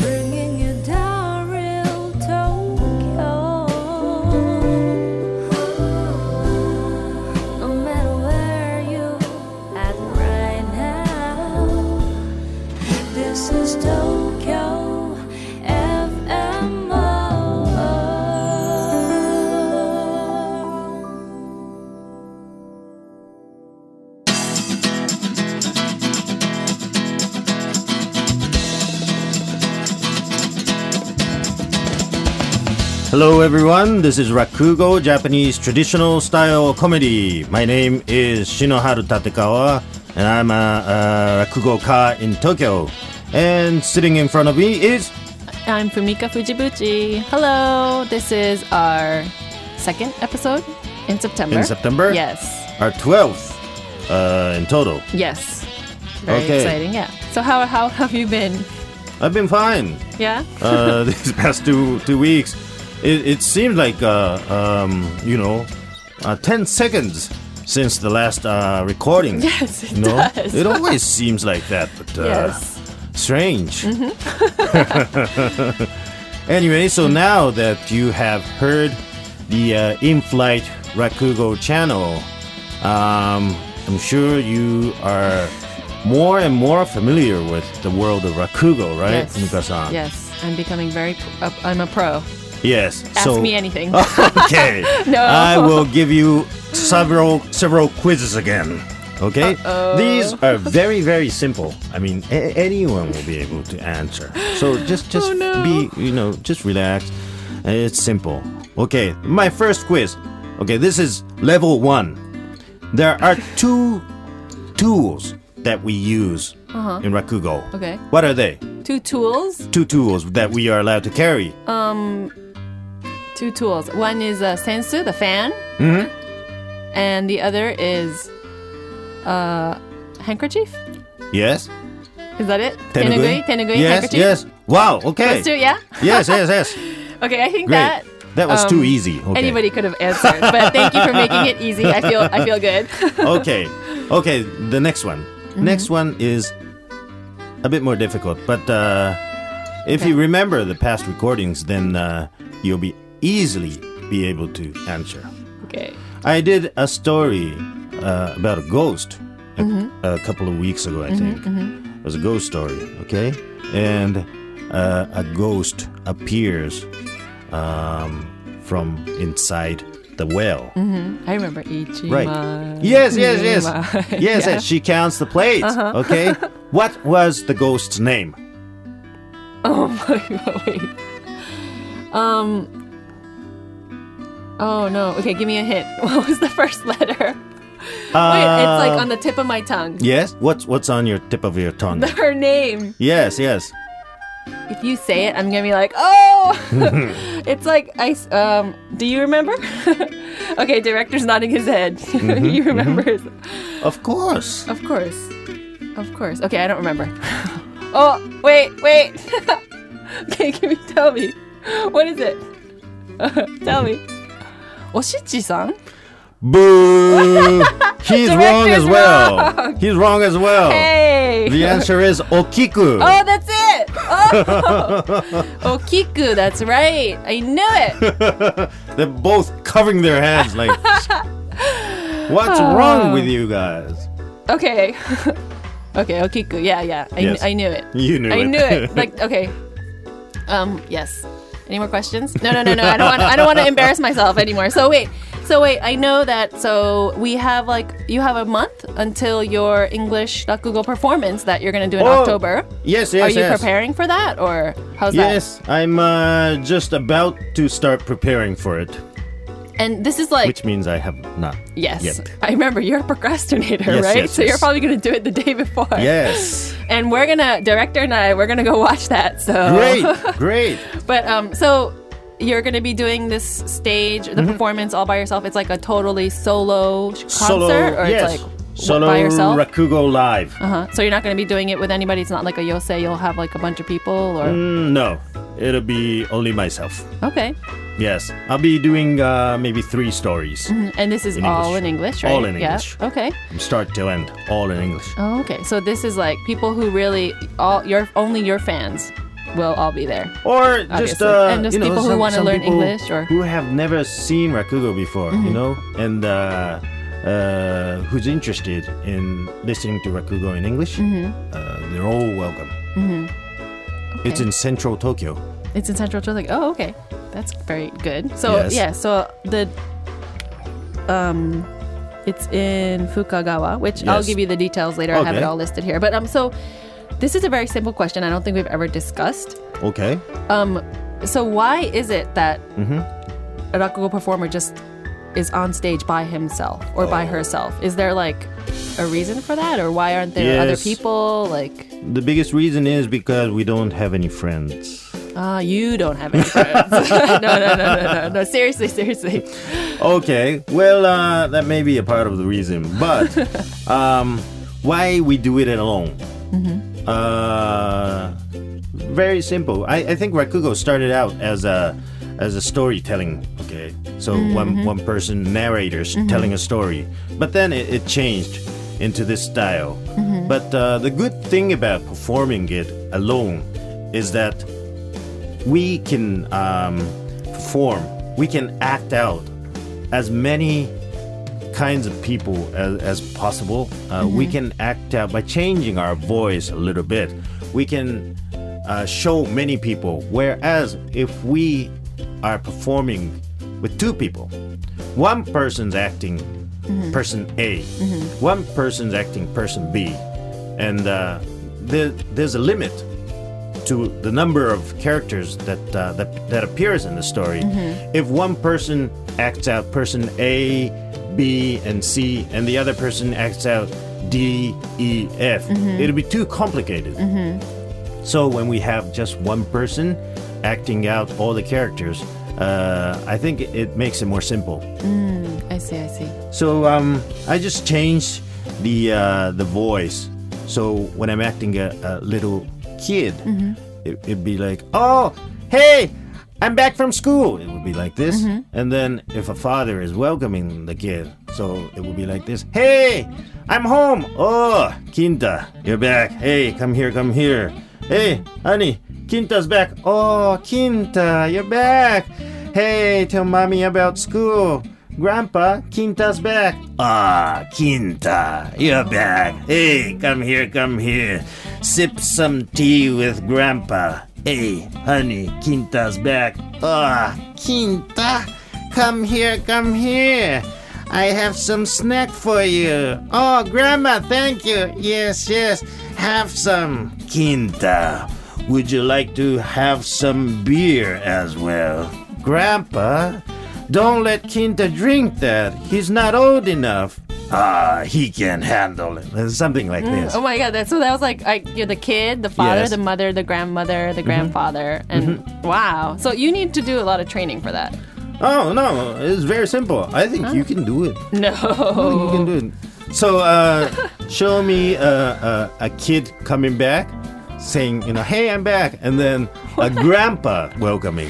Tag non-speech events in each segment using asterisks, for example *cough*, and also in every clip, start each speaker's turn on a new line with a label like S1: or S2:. S1: Bringing you down real Tokyo. No matter where you at right now. This is Tokyo FMO.
S2: Hello everyone, this is Rakugo, Japanese traditional style comedy. My name is Shinoharu Tatekawa, and I'm a, uh Rakugo ka in Tokyo. And sitting in front of me is
S3: I'm Fumika Fujibuchi. Hello, this is our second episode in September.
S2: In September?
S3: Yes,
S2: our 12th uh, in total.
S3: yes. Very
S2: Okay.
S3: exciting, yeah. So how how have you been?
S2: I've been fine
S3: Yeah. *laughs*
S2: uh, *laughs* these past two two weeks. It, it seemed like uh, um, you know, uh, ten seconds since the last uh, recording.
S3: Yes, it
S2: you know?
S3: does.
S2: It always seems like that, but uh,
S3: yes.
S2: strange.
S3: Mm-hmm.
S2: *laughs* anyway, so now that you have heard the uh, in-flight Rakugo channel, um, I'm sure you are more and more familiar with the world of Rakugo, right,
S3: Yes.
S2: Mika-san?
S3: Yes. I'm becoming very. Pro- uh, I'm a pro.
S2: Yes.
S3: Ask
S2: so, ah.
S3: me anything.
S2: *laughs* okay.
S3: *laughs* No.
S2: I will give you several several quizzes again. Okay. These are very very simple. I mean, a- anyone will be able to answer. So
S3: *gasps*
S2: just just
S3: Oh, no.
S2: be you know just relax. Uh, It's simple. Okay. My first quiz. Okay. This is level one. There are two tools that we use in Rakugo.
S3: Uh-huh. Okay.
S2: What are they?
S3: Two tools.
S2: Two tools that we are allowed to carry.
S3: Uh, Two tools. One is a sensu, the fan. Mm-hmm. And the other is uh, handkerchief.
S2: yes.
S3: Is that it?
S2: Tenugui?
S3: Tenugui.
S2: Yes,
S3: handkerchief.
S2: yes. Wow, okay.
S3: Those two, yeah.
S2: yes, yes,
S3: *laughs*
S2: yes.
S3: Okay, I think
S2: Great.
S3: that
S2: That, was too
S3: um,
S2: easy. Okay.
S3: anybody could have answered. But thank you for making it easy. I feel I feel good. *laughs*
S2: okay. Okay, the next one.
S3: Mm-hmm.
S2: Next one is a bit more difficult, but uh, if you remember the past recordings, then uh, you'll be easily be able to answer.
S3: okay.
S2: I did a story uh, about a ghost a,
S3: Mm-hmm.
S2: a couple of weeks ago, I think. It was a ghost story, okay? And uh, a ghost appears um, from inside the well.
S3: I remember Ichima.
S2: Right. Yes, yes, yes. yes, yes.
S3: Ichima. *laughs* Yeah. Uh-huh.
S2: She counts the plates,
S3: *laughs*
S2: okay? what was the ghost's name?
S3: Oh my god. *laughs* Wait. Um Oh no. Okay, give me a hint. *laughs* What was the first letter? Wait, it's like
S2: Uh,
S3: on the tip of my tongue.
S2: Yes? What's, what's on your tip of your tongue?
S3: *laughs* Her name.
S2: yes, yes.
S3: If you say it, I'm gonna be like,
S2: *laughs*
S3: oh. it's like I. s- Um, do you remember? *laughs* okay, director's nodding his head. *laughs*
S2: Mm-hmm.
S3: you remember?
S2: Of course.
S3: Of course, of course. Okay, I don't remember. *laughs* oh, wait, wait. *laughs* okay, can you tell me? What is it? *laughs* tell me. Oshichi-san? *laughs*
S2: Boo! He's wrong
S3: Director's
S2: as well. He's wrong as well.
S3: Hey.
S2: *laughs* The answer is Okiku.
S3: *laughs* Oh, that's it! Oh! *laughs* Okiku, that's right! I knew it!
S2: They're both covering their hands
S3: *laughs*
S2: like What's wrong
S3: Oh.
S2: with you guys?
S3: Okay. *laughs* okay, Okiku, yeah, yeah. I,
S2: Yes.
S3: I knew it.
S2: You knew
S3: I
S2: it. *laughs*
S3: knew it. Like, okay. Um, yes. Any more questions? No, no, no, no. I don't want. I don't want to embarrass myself anymore. So wait. So wait. I know that. So we have like you have a month until your English Google performance that you're gonna do in
S2: Oh,
S3: October.
S2: Yes,
S3: Are
S2: yes,
S3: you
S2: yes.
S3: preparing for that, or how's
S2: Yes, I'm uh, just about to start preparing for it,
S3: that? And this is like
S2: which means I have not.
S3: yes.
S2: Yet.
S3: *laughs* I remember you're a procrastinator,
S2: Yes,
S3: right?
S2: yes,
S3: so
S2: yes.
S3: you're probably gonna do it the day before.
S2: Yes.
S3: And we're gonna director and I we're gonna go watch that. So *laughs*
S2: Great, great.
S3: But um, so you're gonna be doing this stage, the
S2: Mm-hmm.
S3: performance all by yourself. It's like a totally solo sh- concert,
S2: Solo,
S3: or
S2: yes.
S3: it's like
S2: Solo
S3: by yourself. Uh.
S2: Rakugo live.
S3: uh-huh. So you're not gonna be doing it with anybody. It's not like a yosei. You'll have like a bunch of people, or
S2: Mm, no, it'll be only myself.
S3: Okay.
S2: Yes, I'll be doing uh, maybe three stories,
S3: And this is
S2: In
S3: all
S2: English.
S3: in English, right?
S2: All in
S3: yeah.
S2: English.
S3: Okay.
S2: from start till end, all in English.
S3: Oh, okay. So this is like people who really all your only your fans will all be there.
S2: Or just
S3: Obviously.
S2: uh,
S3: And just
S2: you know,
S3: people who
S2: some-
S3: wanna
S2: some
S3: learn
S2: people
S3: English or- Mm-hmm.
S2: who have never seen Rakugo before, you know, and uh, uh, who's interested in listening to Rakugo in English,
S3: Mm-hmm.
S2: uh, they're all welcome. It's
S3: Okay.
S2: in central Tokyo.
S3: It's in Central Tokyo. Like, oh, okay. That's very good. So
S2: Yes.
S3: yeah, so the um it's in Fukagawa, which I'll
S2: Yes.
S3: give you the details later. I have it
S2: Okay.
S3: all listed here. But um so this is a very simple question. I don't think we've ever discussed.
S2: Okay.
S3: Um so why is it that
S2: Mm-hmm.
S3: a rakugo performer just is on stage by himself or
S2: Oh.
S3: by herself? Is there like a reason for that or why aren't there other
S2: Yes.
S3: people like
S2: The biggest reason is because we don't have any friends.
S3: Ah, you don't have any friends. *laughs* no, no, no, no, no, no. Seriously, seriously.
S2: Okay, well, uh, that may be a part of the reason, but um, why we do it alone? Uh, very simple. I, I think Rakugo started out as a as a storytelling. Okay, so one one person narrators telling a story, but then it, it changed into this style. But uh, the good thing about performing it alone is that we can um, perform, we can act out as many kinds of people as, as possible. Uh, We can act out by changing our voice a little bit. We can uh, show many people. Whereas if we are performing with two people, one person's acting person A, one person's acting person B, and uh, there, there's a limit to the number of characters that uh, that, that appears in the story. If one person acts out person A, B, and C, and the other person acts out D, E, F, it'll be too complicated. So when we have just one person acting out all the characters, uh, I think it- it makes it more simple.
S3: I see, I see.
S2: So um, I just changed the uh, the voice. So when I'm acting a, a little kid, it, it'd be like, "Oh, hey, I'm back from school." It would be like this. And then if a father is welcoming the kid, so it would be like this: "Hey, I'm home. Oh, Kinta, you're back. Hey, come here, come here. Hey, honey, Kinta's back. Oh, Kinta, you're back. Hey, tell mommy about school." Grandpa, Quinta's back. Ah, Quinta, you're back. Hey, come here, come here. Sip some tea with Grandpa. Hey, honey, Quinta's back. Ah, Quinta, come here, come here. I have some snack for you. Oh, Grandma, thank you. Yes, yes, have some. Quinta, would you like to have some beer as well? Grandpa, don't let Kinta drink that. He's not old enough. Ah, he can handle it. Uh, Something like this.
S3: Oh my god, that so that was like I, you're the kid, the father,
S2: Yes. Mm-hmm.
S3: the mother, the grandmother, the grandfather, and wow. So you need to do a lot of training for that.
S2: Oh no, it's very simple. I think you can do it. *laughs*
S3: No.
S2: You can do it. So,
S3: *laughs*
S2: uh, show me uh, uh, a kid coming back, saying, you know, hey, I'm back, and then
S3: *laughs*
S2: a grandpa welcoming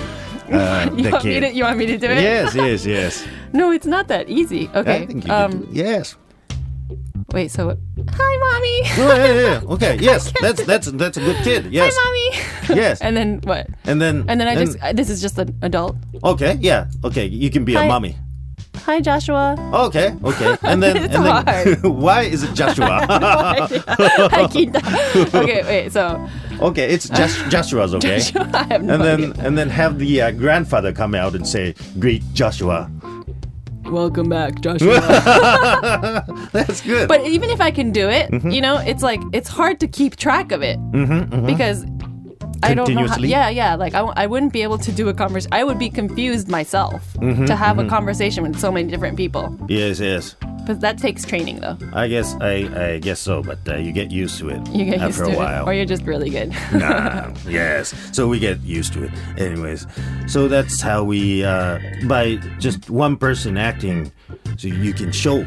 S2: uh,
S3: You
S2: the
S3: want, me to,
S2: kid.
S3: you want me to do it?
S2: Yes, yes, yes.
S3: No, it's not that easy. *laughs* Okay.
S2: I think you
S3: um
S2: can do it. Yes.
S3: wait, so Hi mommy. *laughs*
S2: Oh, yeah, yeah, yeah. Okay. Yes. That's that's that's a good kid. Yes.
S3: Hi mommy.
S2: Yes.
S3: *laughs* and then what?
S2: And then
S3: And then I just uh, this is just an adult.
S2: Okay, yeah. Okay, you can be
S3: Hi.
S2: a mommy.
S3: Hi *laughs* Joshua.
S2: Okay, okay. And then
S3: *laughs* It's
S2: and then *laughs*
S3: hard.
S2: why is it Joshua?
S3: *laughs*
S2: *laughs*
S3: Hi Kinta. okay, wait. So
S2: okay, it's Josh, Joshua's okay.
S3: *laughs* I have no
S2: And
S3: idea.
S2: then and then have the uh, grandfather come out and say, "Greet Joshua." *laughs*
S3: Welcome back, Joshua.
S2: That's good.
S3: But even if I can do it,
S2: Mm-hmm.
S3: you know, it's like it's hard to keep track of it because I don't know. How,
S2: Continuously?
S3: yeah, yeah. Like I, w- I wouldn't be able to do a conversation. I would be confused myself
S2: Mm-hmm,
S3: to have a conversation with so many different people.
S2: yes, yes.
S3: But that takes training, though.
S2: I guess I I guess so, but uh, you get used to it
S3: You get used
S2: after
S3: to
S2: a while.
S3: it, or you're just really good. *laughs*
S2: nah, yes. So we get used to it. Anyways, so that's how we, uh, by just one person acting, so you can show,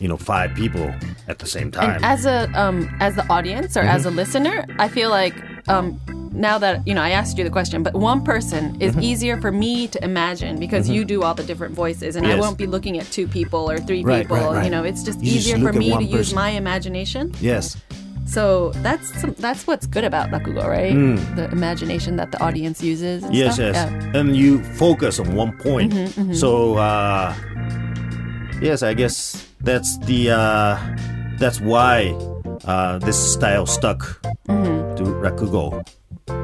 S2: you know, five people at the same time. Mm-hmm.
S3: as a um, as the audience or as a listener, I feel like um, now that you know I asked you the question, but one person
S2: Mm-hmm.
S3: is easier for me to imagine because you do all the different voices, and I
S2: Yes.
S3: won't be looking at two people or three
S2: Right,
S3: people.
S2: right, right.
S3: You know, it's just
S2: You just
S3: easier
S2: look
S3: for
S2: at
S3: me to
S2: one
S3: use
S2: person.
S3: my imagination.
S2: Yes.
S3: So that's some, that's what's good about rakugo, right? The imagination that the audience uses. And
S2: Hmm. Yes,
S3: stuff.
S2: yes. And you focus on one point. So uh yes, I guess that's the uh that's why uh this style stuck to Rakugo.
S3: Yeah.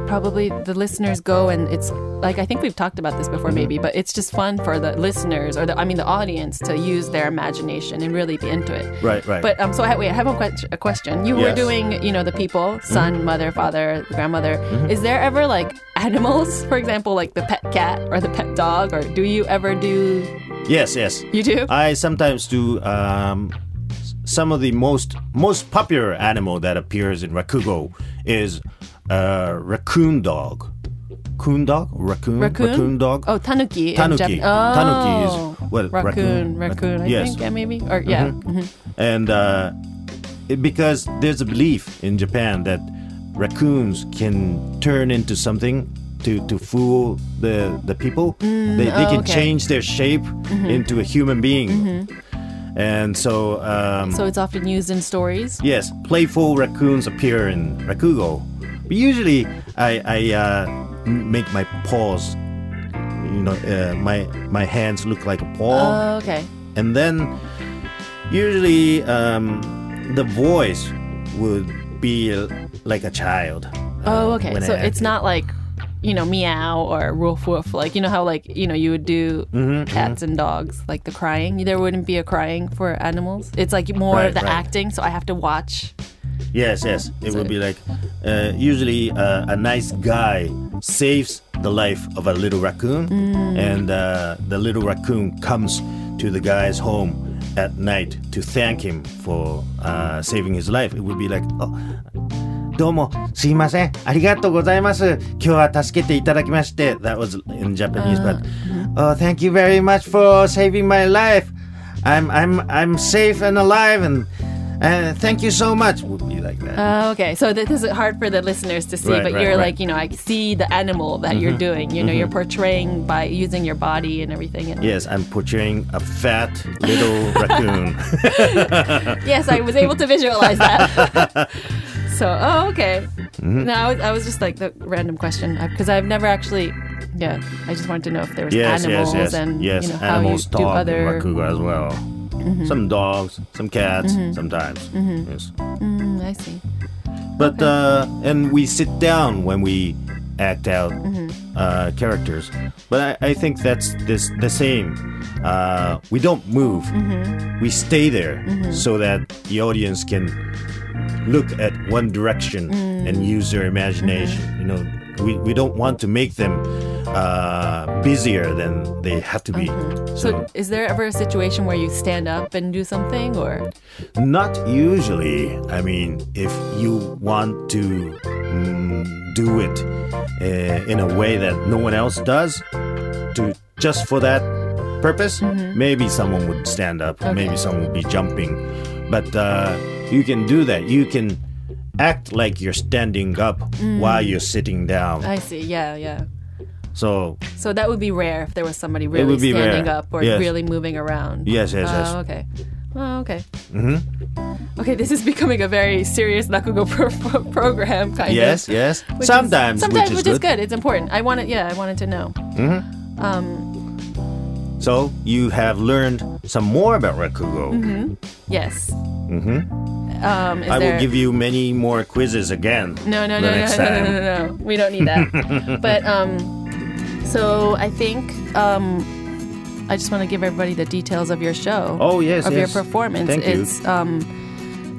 S3: Probably the listeners go and it's like I think we've talked about this before, maybe,
S2: Mm-hmm.
S3: but it's just fun for the listeners or the I mean the audience to use their imagination and really be into it.
S2: Right, right.
S3: But um, so I, wait, I have a, que- a question. You were
S2: Yes. Mm-hmm.
S3: doing, you know, the people, son, mother, father, grandmother. Is there ever like animals, for example, like the pet cat or the pet dog, or do you ever do?
S2: yes, yes.
S3: You do?
S2: I sometimes do um s- some of the most most popular animal that appears in Rakugo is uh raccoon dog. Coon dog? Raccoon?
S3: Raccoon?
S2: dog?
S3: Oh, tanuki. in
S2: Tanuki.
S3: Jap- oh.
S2: Tanuki is- well,
S3: raccoon.
S2: raccoon.
S3: Raccoon. I
S2: Yes. Mm-hmm.
S3: think yeah, maybe or yeah. Mhm.
S2: and uh, it, because there's a belief in Japan that raccoons can turn into something to, to fool the the people. they they
S3: oh,
S2: can
S3: okay. Mm-hmm.
S2: change their shape into a human being, and so um,
S3: So it's often used in stories.
S2: yes, playful raccoons appear in Rakugo. But usually, I I uh, m- make my paws. You know, uh, my my hands look like a paw
S3: Oh, okay.
S2: and then usually um, the voice would be uh, like a child.
S3: Oh,
S2: uh,
S3: okay.
S2: when I
S3: So
S2: act
S3: it's
S2: it.
S3: not like you know meow or woof woof like you know how like you know you would do
S2: Mm-hmm,
S3: cats and dogs like the crying there wouldn't be a crying for animals it's like more
S2: Right,
S3: of the
S2: right.
S3: acting so i have to watch
S2: Yes, yes. It would be like uh, usually uh, a nice guy saves the life of a little raccoon, and uh, the little raccoon comes to the guy's home at night to thank him for uh, saving his life. It would be like, oh, どうもすいませんありがとうございます今日は助けていただきまして That was in Japanese but oh, Thank you very much for saving my life I'm, I'm, I'm safe and alive and uh, thank you so much would be like that
S3: oh okay so this is hard for the listeners to see
S2: Right,
S3: but
S2: right,
S3: you're
S2: right. Mm-hmm,
S3: like you know i see the animal that you're doing you know you're portraying by using your body and everything and
S2: Yes, I'm portraying a fat little
S3: *laughs*
S2: raccoon.
S3: Yes, I was able to visualize that.
S2: *laughs*
S3: so, oh, okay.
S2: Mm-hmm.
S3: No, I was, I was just like the random question because I've never actually. Yeah, I just wanted to know if there was
S2: Yes,
S3: animals
S2: yes, yes.
S3: and
S2: yes,
S3: you know,
S2: animals
S3: how you do
S2: talk in
S3: other. Mm-hmm.
S2: Rakugo as well. Some dogs, some cats, sometimes. Yes.
S3: Mm, I see.
S2: But uh, and we sit down when we act out uh, characters. But I, I think that's this the same. Uh, we don't move. We stay there so that the audience can look at one direction and use their imagination. You know, we, we don't want to make them uh, busier than they have to be.
S3: So, is there ever a situation where you stand up and do something, or
S2: Not usually. I mean, if you want to mm, do it uh, in a way that no one else does, to just for that purpose,
S3: Mm-hmm.
S2: maybe someone would stand up, maybe someone would be jumping, but uh, you can do that. You can act like you're standing up while you're sitting down.
S3: Mm. I see, yeah, yeah.
S2: so
S3: So that would be rare if there was somebody really
S2: would be
S3: standing
S2: rare,
S3: up or
S2: yes.
S3: really moving around.
S2: yes, yes, yes. Mm-hmm.
S3: Oh, okay. Oh, okay. Mm-hmm. Okay, this is becoming a very serious Nakugo *laughs* pro- pro- program, kind
S2: Yes,
S3: of.
S2: yes.
S3: Which is-
S2: sometimes,
S3: sometimes,
S2: which, is, good.
S3: It's important. I wanted, yeah, I wanted to know.
S2: So you have learned some more about Rakugo.
S3: Yes. Mm-hmm. Um, is
S2: Mm-hmm. I
S3: there...
S2: will give you many more quizzes again.
S3: No,
S2: the
S3: no, no, no,
S2: next
S3: no, no,
S2: time.
S3: no, no, no. We don't
S2: *laughs*
S3: need that. but um, so I think um, I just want to give everybody the details of your show.
S2: Oh, yes,
S3: of
S2: yes.
S3: your performance.
S2: Thank you.
S3: it's um,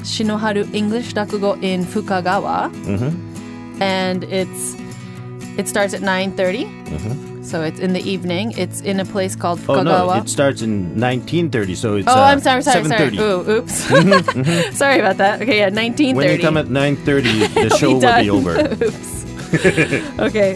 S3: Shinoharu English Rakugo in Fukagawa,
S2: Mm-hmm.
S3: and it's it starts at nine So it's in the evening. It's in a place called
S2: Mm-hmm. Oh
S3: Fukagawa.
S2: no, it starts in 1930, so Mm-hmm, it's
S3: Oh,
S2: uh,
S3: I'm sorry, sorry, sorry.
S2: 7:30.
S3: Ooh, oops. *laughs* sorry about that. Okay, yeah, 1930. *laughs*
S2: When you come at 9:30, the
S3: It'll
S2: show will
S3: done.
S2: be over.
S3: Oops. okay.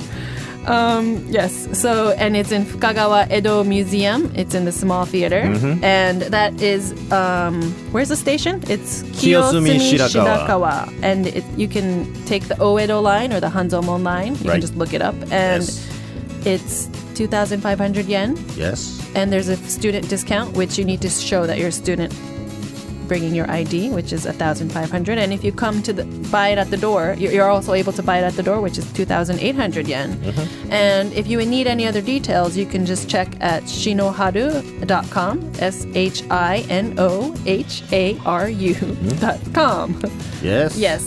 S3: Um, yes. So, and it's in Fukagawa Edo Museum. It's in the small theater,
S2: Mm-hmm.
S3: and that is um, where's the station? It's
S2: Kiyosumi Shirakawa.
S3: Shirakawa. and it, you can take the Oedo line or the Hanzomon line. You
S2: Right.
S3: can just look it up, *laughs* and
S2: Yes.
S3: it's two thousand five hundred yen,
S2: Yes.
S3: and there's a student discount which you need to show that you're a student. Bringing your ID, which is 1,500, and if you come to the, buy it at the door, you- you're also able to buy it at the door, which is 2,800 yen. And if you need any other details, you can just check at shinoharu.com, S H I N O H A R U dot com.
S2: Mm-hmm. Yes.
S3: *laughs* Yes,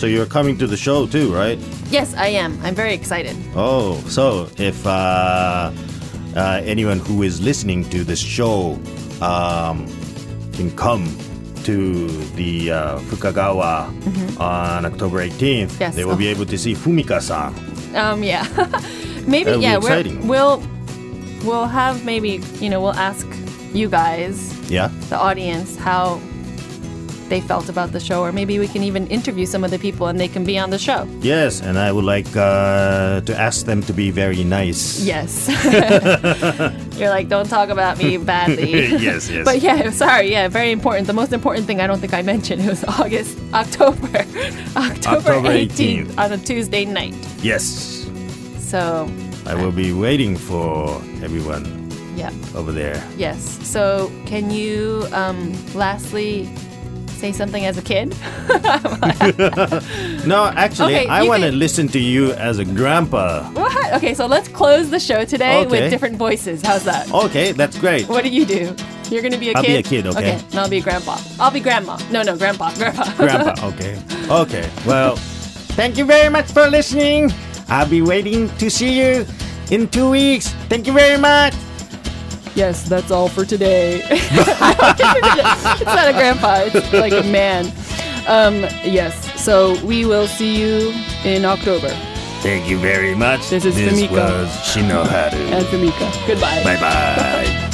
S2: So you're coming to the show too, right?
S3: yes, I am. I'm very excited.
S2: Oh, so if uh, uh, anyone who is listening to this show um, can come to the uh, Fukagawa on October 18th,
S3: Mm-hmm. Yes. uh-huh.
S2: they will be able to see Fumika-san.
S3: Um, yeah, *laughs* maybe
S2: That'll be
S3: yeah.
S2: exciting.
S3: We're, we'll we'll have maybe you know we'll ask you guys
S2: Yeah.
S3: the audience how they felt about the show, or maybe we can even interview some of the people and they can be on the show.
S2: Yes, and I would like uh, to ask them to be very nice.
S3: Yes. *laughs* You're like, don't talk about me badly.
S2: *laughs* *laughs* yes, yes.
S3: But yeah, *laughs* sorry. Yeah, very important. The most important thing I don't think I mentioned was August, October, *laughs* October,
S2: October
S3: 18th,
S2: 18th.
S3: on a Tuesday night.
S2: Yes.
S3: So,
S2: I will be waiting for everyone
S3: yeah,
S2: over there.
S3: yes. So, can you um, lastly say something as a kid? *laughs*
S2: No, actually,
S3: Okay,
S2: I
S3: you
S2: want to
S3: can-
S2: listen to you as a grandpa.
S3: What? Okay, so let's close the show today
S2: Okay.
S3: with different voices. How's that?
S2: Okay, that's great.
S3: What do you do? You're gonna be a
S2: I'll
S3: kid.
S2: be a kid, okay.
S3: and I'll be a grandpa. I'll be grandma. No, no, grandpa, grandpa.
S2: *laughs* Grandpa, okay. Okay, well, thank you very much for listening. I'll be waiting to see you in two weeks. Thank you very much.
S3: *laughs* yes, that's all for today. *laughs* it's not a grandpa. It's like a man. Um, yes. So we will see you in October.
S2: Thank you very much.
S3: This is
S2: this
S3: Fumika.
S2: was Shinoharu.
S3: And Famika. Goodbye.
S2: Bye bye.